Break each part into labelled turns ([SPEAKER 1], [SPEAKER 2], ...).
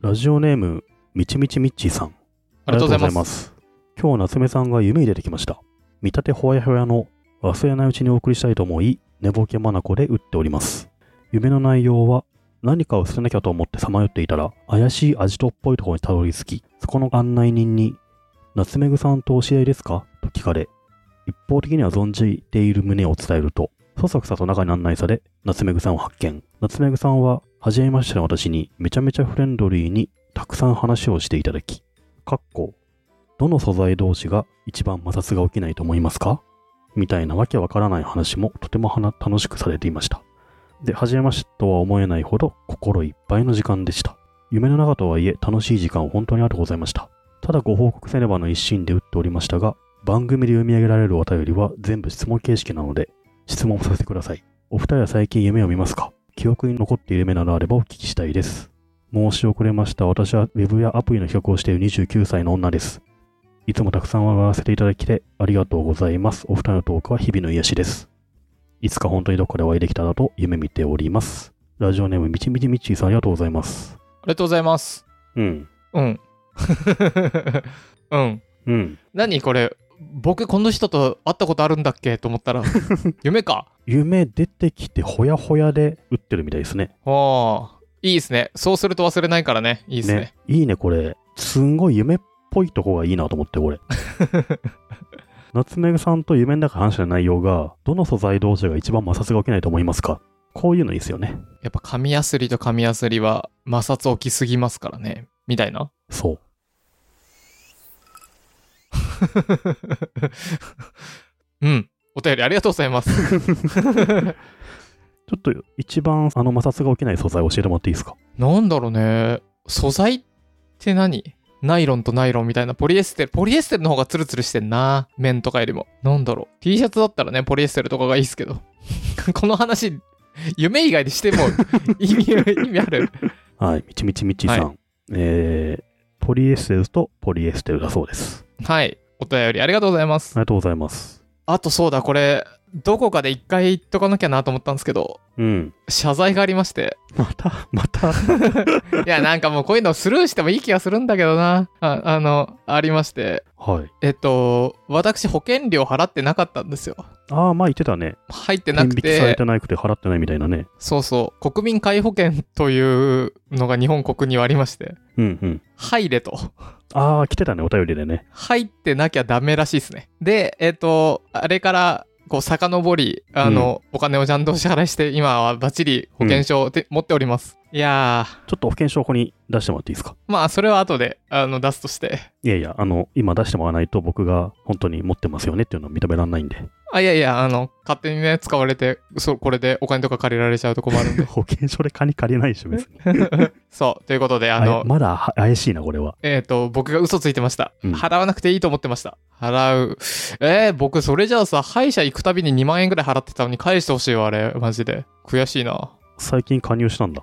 [SPEAKER 1] ラジオネーム、みちみちみっちーさん。
[SPEAKER 2] ありがとうございます。
[SPEAKER 1] す。今日、夏目さんが夢に出てきました。見たてほやほやの忘れないうちにお送りしたいと思い、寝ぼけまなこで打っております。夢の内容は、何かを捨てなきゃと思ってさまよっていたら、怪しいアジトっぽいところにたどり着き、そこの案内人に、夏目ぐさんとお知り合いですかと聞かれ、一方的には存じている旨を伝えると、そそくさと中に案内され、夏目ぐさんを発見。夏目ぐさんは、初めましての私に、めちゃめちゃフレンドリーにたくさん話をしていただき、かっこ、どの素材同士が一番摩擦が起きないと思いますかみたいなわけわからない話もとてもはな楽しくされていました。で、初めましてとは思えないほど心いっぱいの時間でした。夢の中とはいえ楽しい時間を本当にありがとうございました。ただご報告せねばの一心で打っておりましたが、番組で読み上げられるお便りは全部質問形式なので、質問させてください。お二人は最近夢を見ますか記憶に残っている夢などあればお聞きしたいです。申し遅れました。私はウェブやアプリの企画をしている29歳の女です。いつもたくさん笑わせていただきてありがとうございます。お二人のトークは日々の癒しです。いつか本当にどこかでお会いできたらと夢見ております。ラジオネームみちみちみちーさんありがとうございます。
[SPEAKER 2] ありがとうございます。
[SPEAKER 1] うん。
[SPEAKER 2] うん。うん。
[SPEAKER 1] うん。
[SPEAKER 2] 何これ、僕この人と会ったことあるんだっけと思った ら、夢か。
[SPEAKER 1] 夢出てきてほやほやで打ってるみたいですね。
[SPEAKER 2] ああ、いいですね。そうすると忘れないからね。いいですね。
[SPEAKER 1] いいね、これ。すんごい夢っぽいとこがいいなと思って、 これ。夏目さんと夢の中で話した内容が、どの素材同士が一番摩擦が起きないと思いますかこういうのいいですよね。
[SPEAKER 2] やっぱ紙やすりと紙やすりは摩擦起きすぎますからね。みたいな。
[SPEAKER 1] そう。
[SPEAKER 2] うん。お便りありがとうございます。
[SPEAKER 1] ちょっと一番あの摩擦が起きない素材を教えてもらっていいですか
[SPEAKER 2] なんだろうね。素材って何ナイロンとナイロンみたいなポリエステル。ポリエステルの方がツルツルしてんな。綿とかよりも。なんだろう。T シャツだったらね、ポリエステルとかがいいっすけど。 この話、夢以外でしても意味意味ある。
[SPEAKER 1] はい、みちみちみちさん、えーポリエステルとポリエステルだそうです。
[SPEAKER 2] はい。お便りありがとうございます
[SPEAKER 1] あ。りがとうございます。
[SPEAKER 2] あとそうだ、これ、どこかで一回言っとかなきゃなと思ったんですけど、
[SPEAKER 1] うん。
[SPEAKER 2] 謝罪がありまして。
[SPEAKER 1] また、また、
[SPEAKER 2] いや、なんかもうこういうのスルーしてもいい気がするんだけどな。ああの、ありまして。
[SPEAKER 1] はい。
[SPEAKER 2] えっと、私保険料払ってなかったんですよ。
[SPEAKER 1] ああ、まあ言ってたね。
[SPEAKER 2] 入ってな
[SPEAKER 1] 天
[SPEAKER 2] く
[SPEAKER 1] 引きされ
[SPEAKER 2] て、
[SPEAKER 1] てなくて払ってないみたいなね。
[SPEAKER 2] そうそう、国民皆保険というのが日本国にはありまして、
[SPEAKER 1] うんうん。
[SPEAKER 2] 入れと。
[SPEAKER 1] ああ、来てたね、お便りでね。
[SPEAKER 2] 入ってなきゃダメらしいですね。で、えっ、と、あれから、こう、遡り、あの、お金をちゃんとお支払いして、今はバッチリ保険証をて、持っております。いやー、
[SPEAKER 1] ちょっと保険証ここに出してもらっていいですか
[SPEAKER 2] まあ、それは後で、あの、出すとして。
[SPEAKER 1] いやいや、あの、今出してもらわないと僕が本当に持ってますよねっていうのは認められないんで。
[SPEAKER 2] あ、いやいや、あの、勝手にね、使われて、そう、これでお金とか借りられちゃうと困る ん で。
[SPEAKER 1] 保険証で金借りないし、別に。
[SPEAKER 2] そう、ということで、あ
[SPEAKER 1] あ
[SPEAKER 2] の、
[SPEAKER 1] まだは怪しいな、これは。
[SPEAKER 2] えっ、と、僕が嘘ついてました。
[SPEAKER 1] うん
[SPEAKER 2] 払わなくていいと思ってました。払う。えー、僕、それじゃあさ、歯医者行くたびに2万円ぐらい払ってたのに返してほしいわ、あれ。マジで。悔し いな。
[SPEAKER 1] 最近加入したんだ。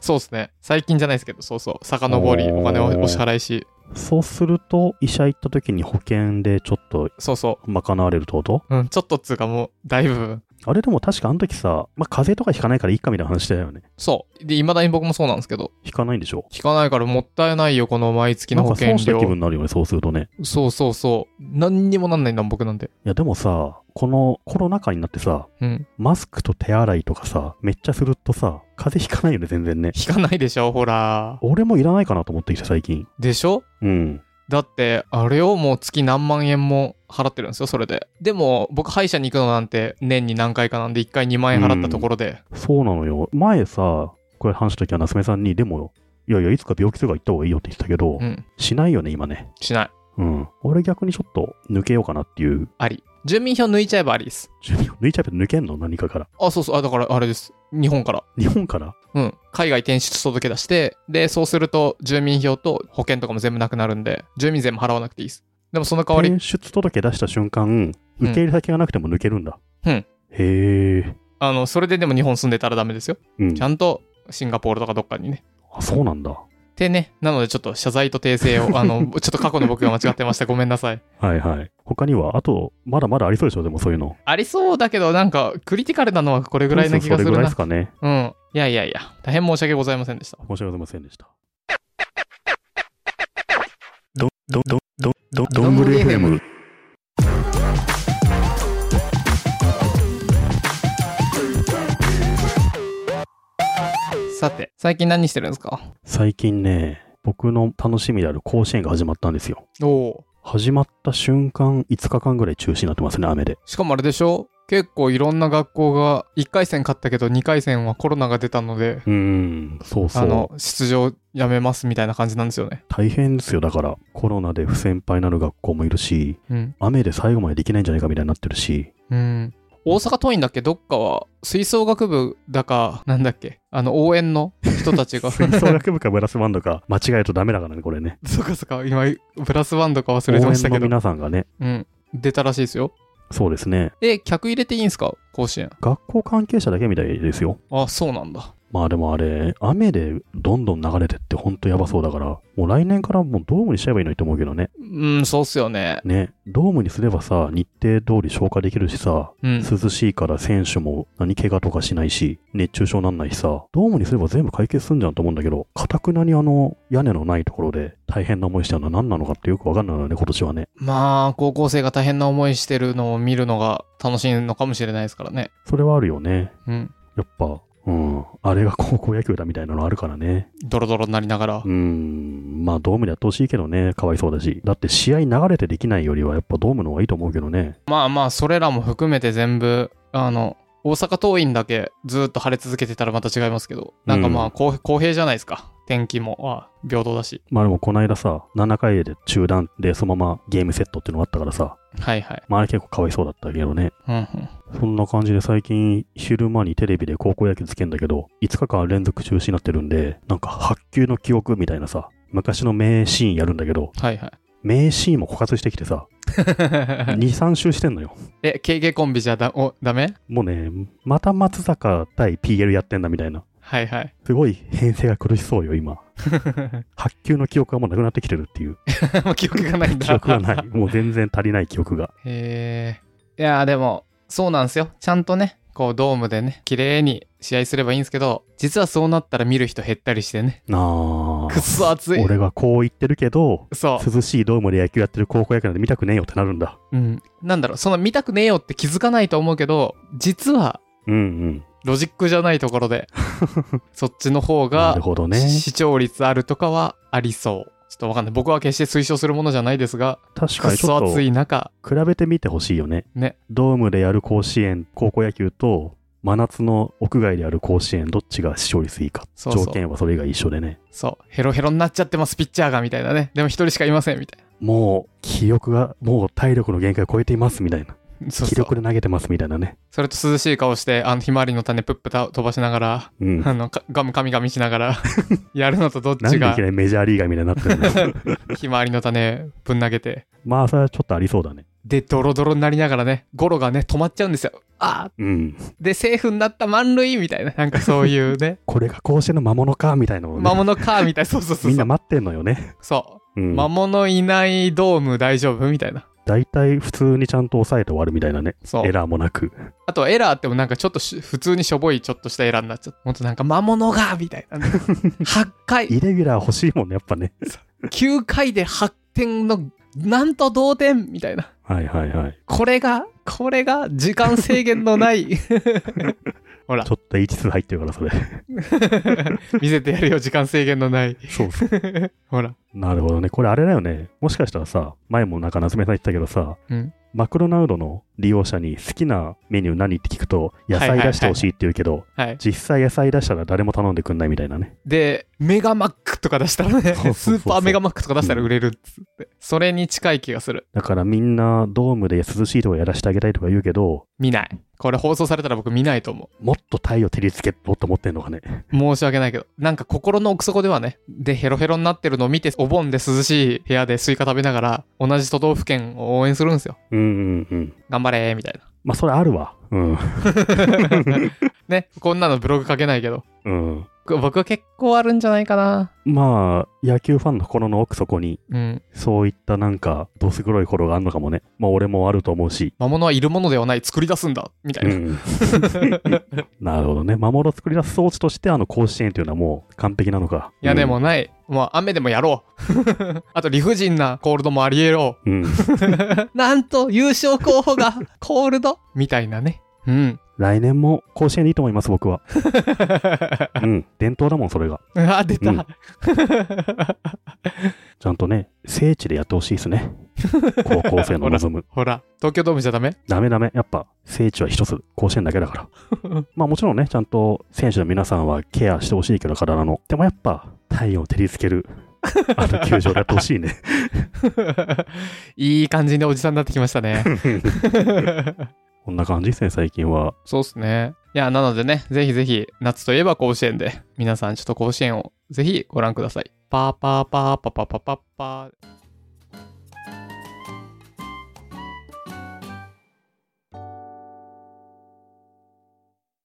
[SPEAKER 2] そうっすね。最近じゃないですけど、そうそう。遡り、
[SPEAKER 1] おー
[SPEAKER 2] お金をお支払いし。
[SPEAKER 1] そうすると、医者行った時に保険でちょっと
[SPEAKER 2] そうそ
[SPEAKER 1] 賄われるってこと
[SPEAKER 2] う。うん、ちょっとっつうかもう、だいぶ。
[SPEAKER 1] あれでも確かあの時さ、まあ、風邪とかひかないからいいかみたいな話だよね。
[SPEAKER 2] そう。で、未だに僕もそうなんですけど、
[SPEAKER 1] ひかないんでしょ
[SPEAKER 2] 聞かないからもったいないよ、この毎月
[SPEAKER 1] な
[SPEAKER 2] の
[SPEAKER 1] ん
[SPEAKER 2] 保
[SPEAKER 1] か
[SPEAKER 2] 険
[SPEAKER 1] 損した
[SPEAKER 2] 料
[SPEAKER 1] 気。分になるよね、そうするとね。
[SPEAKER 2] そうそうそう。何にもなんないんだもん、僕なんて。
[SPEAKER 1] いや、でもさ、このコロナ禍になってさ、
[SPEAKER 2] うん。
[SPEAKER 1] マスクと手洗いとかさ、めっちゃするとさ、風邪ひかないよね、全然ね。
[SPEAKER 2] 引かないでしょ、ほら。
[SPEAKER 1] 俺もいらないかなと思ってきて、最近。
[SPEAKER 2] でしょ
[SPEAKER 1] うん。
[SPEAKER 2] だってあれをもう月何万円も払ってるんですよそれででも僕歯医者に行くのなんて年に何回かなんで1回2万円払ったところで、
[SPEAKER 1] そうなのよ。前さ、これ話した時は夏目さんに、でも、いやいや、いつか病気とか行った方がいいよって言ってたけど、
[SPEAKER 2] うん
[SPEAKER 1] しないよね、今ね。
[SPEAKER 2] しない
[SPEAKER 1] うん。俺逆にちょっと抜けようかなっていう。
[SPEAKER 2] あり住民票抜いちゃえばありです
[SPEAKER 1] 準備を抜いちゃえば抜けんの何かから。
[SPEAKER 2] あそうそうあだからあれです日本から
[SPEAKER 1] 日本から
[SPEAKER 2] うん海外転出届出してでそうすると住民票と保険とかも全部なくなるんで住民税も払わなくていいですでもその代わり
[SPEAKER 1] 転出届出した瞬間、受け入れ先がなくても抜けるんだ。
[SPEAKER 2] うん
[SPEAKER 1] へえ。
[SPEAKER 2] あのそれででも日本住んでたらダメですよ
[SPEAKER 1] うん
[SPEAKER 2] ち。ゃんとシンガポールとかどっかにね
[SPEAKER 1] あそうなんだ。
[SPEAKER 2] てね。なのでちょっと謝罪と訂正を、あ の、ちょっと過去の僕が間違ってました。ごめんなさい。
[SPEAKER 1] はいはい。他には、あと、まだまだありそうでしょ、でもそういうの。
[SPEAKER 2] ありそうだけど、なんか、クリティカルなのはこれぐらいな気がす
[SPEAKER 1] そうそうそれぐ
[SPEAKER 2] る
[SPEAKER 1] らいで
[SPEAKER 2] な
[SPEAKER 1] す。かね。
[SPEAKER 2] うん。いやいやいや、大変申し訳ございませんでした。
[SPEAKER 1] 申し訳ございませんでした。ど、ど、ど、ど、ど、どんぐり FM。
[SPEAKER 2] さて、最近何してるんですか
[SPEAKER 1] 最近ね、僕の楽しみである甲子園が始まったんですよ。
[SPEAKER 2] おお。
[SPEAKER 1] 始まった瞬間、5日間ぐらい中止になってますね、雨で。
[SPEAKER 2] しかもあれでしょ結構いろんな学校が1回戦勝ったけど2回戦はコロナが出たので、
[SPEAKER 1] うーん、そうそ
[SPEAKER 2] あ
[SPEAKER 1] う
[SPEAKER 2] の。、出場やめますみたいな感じなんですよね。
[SPEAKER 1] 大変ですよ、だから。コロナで不先輩なる学校もいるし、
[SPEAKER 2] うん。
[SPEAKER 1] 雨で最後までできないんじゃないかみたいになってるし、
[SPEAKER 2] うん。大阪桐蔭だっけどっかは吹奏楽部だか、なんだっけあの、応援の人た ちが。
[SPEAKER 1] 吹奏楽部かブラスバンドか間違えるとダメだからね、これね。
[SPEAKER 2] そうかそうか、今、ブラスバンドか忘
[SPEAKER 1] 応
[SPEAKER 2] れ
[SPEAKER 1] 援
[SPEAKER 2] てました
[SPEAKER 1] の
[SPEAKER 2] けど。
[SPEAKER 1] 皆さんがね、
[SPEAKER 2] うん。出たらしいですよ。
[SPEAKER 1] そうですね。
[SPEAKER 2] え、客入れていいんすか甲子園。
[SPEAKER 1] 学校関係者だけみたいですよ。
[SPEAKER 2] あ、そうなんだ。
[SPEAKER 1] まあでもあれ、雨でどんどん流れてってほんとやばそうだから、もう来年からもうドームにしちゃえばいいのにと思うけどね。
[SPEAKER 2] うん、そうっすよね。
[SPEAKER 1] ね、ドームにすればさ、日程通り消化できるしさ、
[SPEAKER 2] うん。
[SPEAKER 1] 涼しいから選手も何怪我とかしないし、熱中症なんないしさ、ドームにすれば全部解決すんじゃんと思うんだけど、かたくなにあの屋根のないところで大変な思いしちゃうのは何なのかってよくわかんないのよね、今年はね。
[SPEAKER 2] まあ、高校生が大変な思いしてるのを見るのが楽しいのかもしれないですからね。
[SPEAKER 1] それはあるよね。
[SPEAKER 2] うん。
[SPEAKER 1] やっぱ、うん、あれが高校野球だみたいなのあるからね。
[SPEAKER 2] ドロドロになりながら。
[SPEAKER 1] うーん、まあドームでやってほしいけどね、かわいそうだし。だって試合流れてできないよりはやっぱドームの方がいいと思うけどね。
[SPEAKER 2] まあまあ、それらも含めて全部、あの、大阪桐蔭だけずっと晴れ続けてたらまた違いますけど、なんかま
[SPEAKER 1] う
[SPEAKER 2] あ、公平公平じゃないですか。天気も、あ平等だし。
[SPEAKER 1] まあでもこの間さ、7回で中断でそのままゲームセットっていうのがあったからさ、
[SPEAKER 2] はいはい。
[SPEAKER 1] まああれ結構かわいそうだったけどね。
[SPEAKER 2] うんうん。
[SPEAKER 1] そんな感じで最近昼間にテレビで高校野球つけんだけど、5日間連続中止になってるんで、なんか発球の記憶みたいなさ、昔の名シーンやるんだけど、
[SPEAKER 2] は いはい。
[SPEAKER 1] 名シーンも枯渇してきてさ、2、3周してんのよ。
[SPEAKER 2] え、KK コンビじゃだ、お、ダメ
[SPEAKER 1] もうね、また松坂対 PL やってんだみたいな。
[SPEAKER 2] はいはい。
[SPEAKER 1] すごい編成が苦しそうよ、今。発球の記憶がもうなくなってきてるって いう。
[SPEAKER 2] もう記憶がないんだ。
[SPEAKER 1] 記憶がない。もう全然足りない記 憶が。
[SPEAKER 2] へえ。いやーでも、そうなんですよ。ちゃんとね、こうドームでね、綺麗に試合すればいいんですけど、実はそうなったら見る人減ったりしてね。
[SPEAKER 1] なあ
[SPEAKER 2] くっそ暑い。
[SPEAKER 1] 俺がこう言ってるけど、
[SPEAKER 2] そ
[SPEAKER 1] 涼しいドームで野球やってる高校野球なんて見たくねえよってなるんだ。
[SPEAKER 2] う。うん。なんだろう、その見たくねえよって気づかないと思うけど、実は、
[SPEAKER 1] うんうん。
[SPEAKER 2] ロジックじゃないとこ ろで、そっちの方
[SPEAKER 1] な
[SPEAKER 2] が
[SPEAKER 1] る、ほどね。
[SPEAKER 2] 視聴率あるとかはありそう。ちょっとわかんない。僕は決して推奨するものじゃないですが、
[SPEAKER 1] 確
[SPEAKER 2] く
[SPEAKER 1] か
[SPEAKER 2] っ
[SPEAKER 1] にちょ
[SPEAKER 2] そ
[SPEAKER 1] っと
[SPEAKER 2] 暑
[SPEAKER 1] 比
[SPEAKER 2] い中、
[SPEAKER 1] べてみてほしいよね。
[SPEAKER 2] ね。
[SPEAKER 1] ドームでやる甲子園、高校野球と、真夏の屋外でやる甲子園、どっちが視聴率いいか。
[SPEAKER 2] そうそう
[SPEAKER 1] 条件はそれが一緒でね。
[SPEAKER 2] そう、ヘロヘロになっちゃってます、ピッチャーが、みたいなね。でも一人しかいません、みたい
[SPEAKER 1] もう、気力が、もう体力の限界を超えていますみたいな。
[SPEAKER 2] な。そう
[SPEAKER 1] 気
[SPEAKER 2] そう
[SPEAKER 1] 力で投げてますみたいなね。
[SPEAKER 2] それと涼しい顔して、あの、ひまわりの種プップた飛ばしながら、
[SPEAKER 1] うん。
[SPEAKER 2] あの、かガムカミガミしながら、 やるのとどっ
[SPEAKER 1] なんで
[SPEAKER 2] ち
[SPEAKER 1] いき
[SPEAKER 2] が
[SPEAKER 1] な、りメジャーリーガーみたいになってるんだよ
[SPEAKER 2] ひまわりの種ぶん投げて、
[SPEAKER 1] まあ、それはちょっとありそうだね。
[SPEAKER 2] で、ドロドロになりながらね、ゴロがね、止まっちゃうんですよ。あ
[SPEAKER 1] うん。
[SPEAKER 2] ーで、セーフになった満塁みたいな、なんかそ ういうね、
[SPEAKER 1] これが甲子園の魔物か、みたいなのをね
[SPEAKER 2] 魔物か、みたいな、そうそうそう
[SPEAKER 1] みん
[SPEAKER 2] そ
[SPEAKER 1] な
[SPEAKER 2] う。
[SPEAKER 1] 待ってんのよね。
[SPEAKER 2] そうう。
[SPEAKER 1] ん。
[SPEAKER 2] 魔物いないドーム大丈夫みたいな。
[SPEAKER 1] 大体普通にちゃんと抑えて終わるみたいなね。
[SPEAKER 2] そう
[SPEAKER 1] エ。ラーもなく。
[SPEAKER 2] あとエラーってもなんかちょっとし普通にしょぼいちょっとしたエラーになっちゃった。ほんとなんか魔物がみたい な、ね。8回、
[SPEAKER 1] イレギュラー欲しいもんね、やっぱね。
[SPEAKER 2] 9回で8点のなんと同点みたいな。
[SPEAKER 1] はいはいはい。
[SPEAKER 2] これが、これが時間制限のない。ほら
[SPEAKER 1] ち、ょっと H2 入ってるから、 それ。
[SPEAKER 2] 見せてやるよ、時間制限のない。
[SPEAKER 1] そうそう。
[SPEAKER 2] ほら。
[SPEAKER 1] なるほどね。これあれだよね。もしかしたらさ、前もなんか夏目さん言ってたけどさ、
[SPEAKER 2] うん
[SPEAKER 1] マクドナルドの利用者に好きなメニュー何って聞くと、野
[SPEAKER 2] は
[SPEAKER 1] 菜
[SPEAKER 2] いはい
[SPEAKER 1] 出してほしいって言うけど、
[SPEAKER 2] はい。
[SPEAKER 1] 実際野菜出したら誰も頼んでくんないみたいなね。
[SPEAKER 2] で、メガマックとか出したらね、
[SPEAKER 1] そうそう
[SPEAKER 2] ス
[SPEAKER 1] そう
[SPEAKER 2] ーパーメガマックとか出したら売れるっつって。それに近い気がする。
[SPEAKER 1] だからみんなドームで涼しいとこやらせてあげたいとか言うけど、
[SPEAKER 2] 見ない。これ放送されたら僕見ないと思う。
[SPEAKER 1] もっと太陽照りつけろと思ってんのかね。
[SPEAKER 2] 申し訳ないけど、なんか心の奥底ではね、で、ヘロヘロになってるのを見て、お盆で涼しい部屋でスイカ食べながら、同じ都道府県を応援するんですよ。
[SPEAKER 1] うんうんうん。
[SPEAKER 2] 頑張れーみたいな。
[SPEAKER 1] まあそれあるわ。うん。
[SPEAKER 2] ね、こんなのブログ書けないけど。
[SPEAKER 1] うん。
[SPEAKER 2] 僕僕は結構あるんじゃないかな。
[SPEAKER 1] まあ、野球ファンの心の奥底に、
[SPEAKER 2] うん。
[SPEAKER 1] そういったなんか、どす黒い頃があるのかもね。まあ、俺もあると思うし。
[SPEAKER 2] 魔物はいるものではない、作り出すんだ、みたいうな。
[SPEAKER 1] ん。なるほどね。魔物を作り出す装置として、あの甲子園というのはもう完璧なのか。
[SPEAKER 2] いや、でも
[SPEAKER 1] ね。
[SPEAKER 2] ない。もう雨でもやろう。 あと理不尽なコールドもあり得ろ
[SPEAKER 1] うん。
[SPEAKER 2] う。なんと優勝候補が コールドみたいなね。うん。
[SPEAKER 1] 来年も甲子園でいいと思います、僕 は。うん。伝統だもん、それが。
[SPEAKER 2] あ、出た。
[SPEAKER 1] うんちゃんとね、聖地でやってほしいですね。高校生の望む。
[SPEAKER 2] ほら、東京ドームじゃダメ
[SPEAKER 1] ダメダメ。やっぱ、聖地は一つ、甲子園だけだから。まあもちろんね、ちゃんと選手の皆さんはケアしてほしいけど、体の。でもやっぱ、太陽を照りつける、あの球場でやってほしいね。
[SPEAKER 2] いい感じでおじさんになってきました ね。
[SPEAKER 1] こんな感じですね、最近は。
[SPEAKER 2] そうっすね。いや、なのでね、ぜひぜひ、夏といえば甲子園で、皆さんちょっと甲子園をぜひご覧ください。パーパーパーパパパパパー。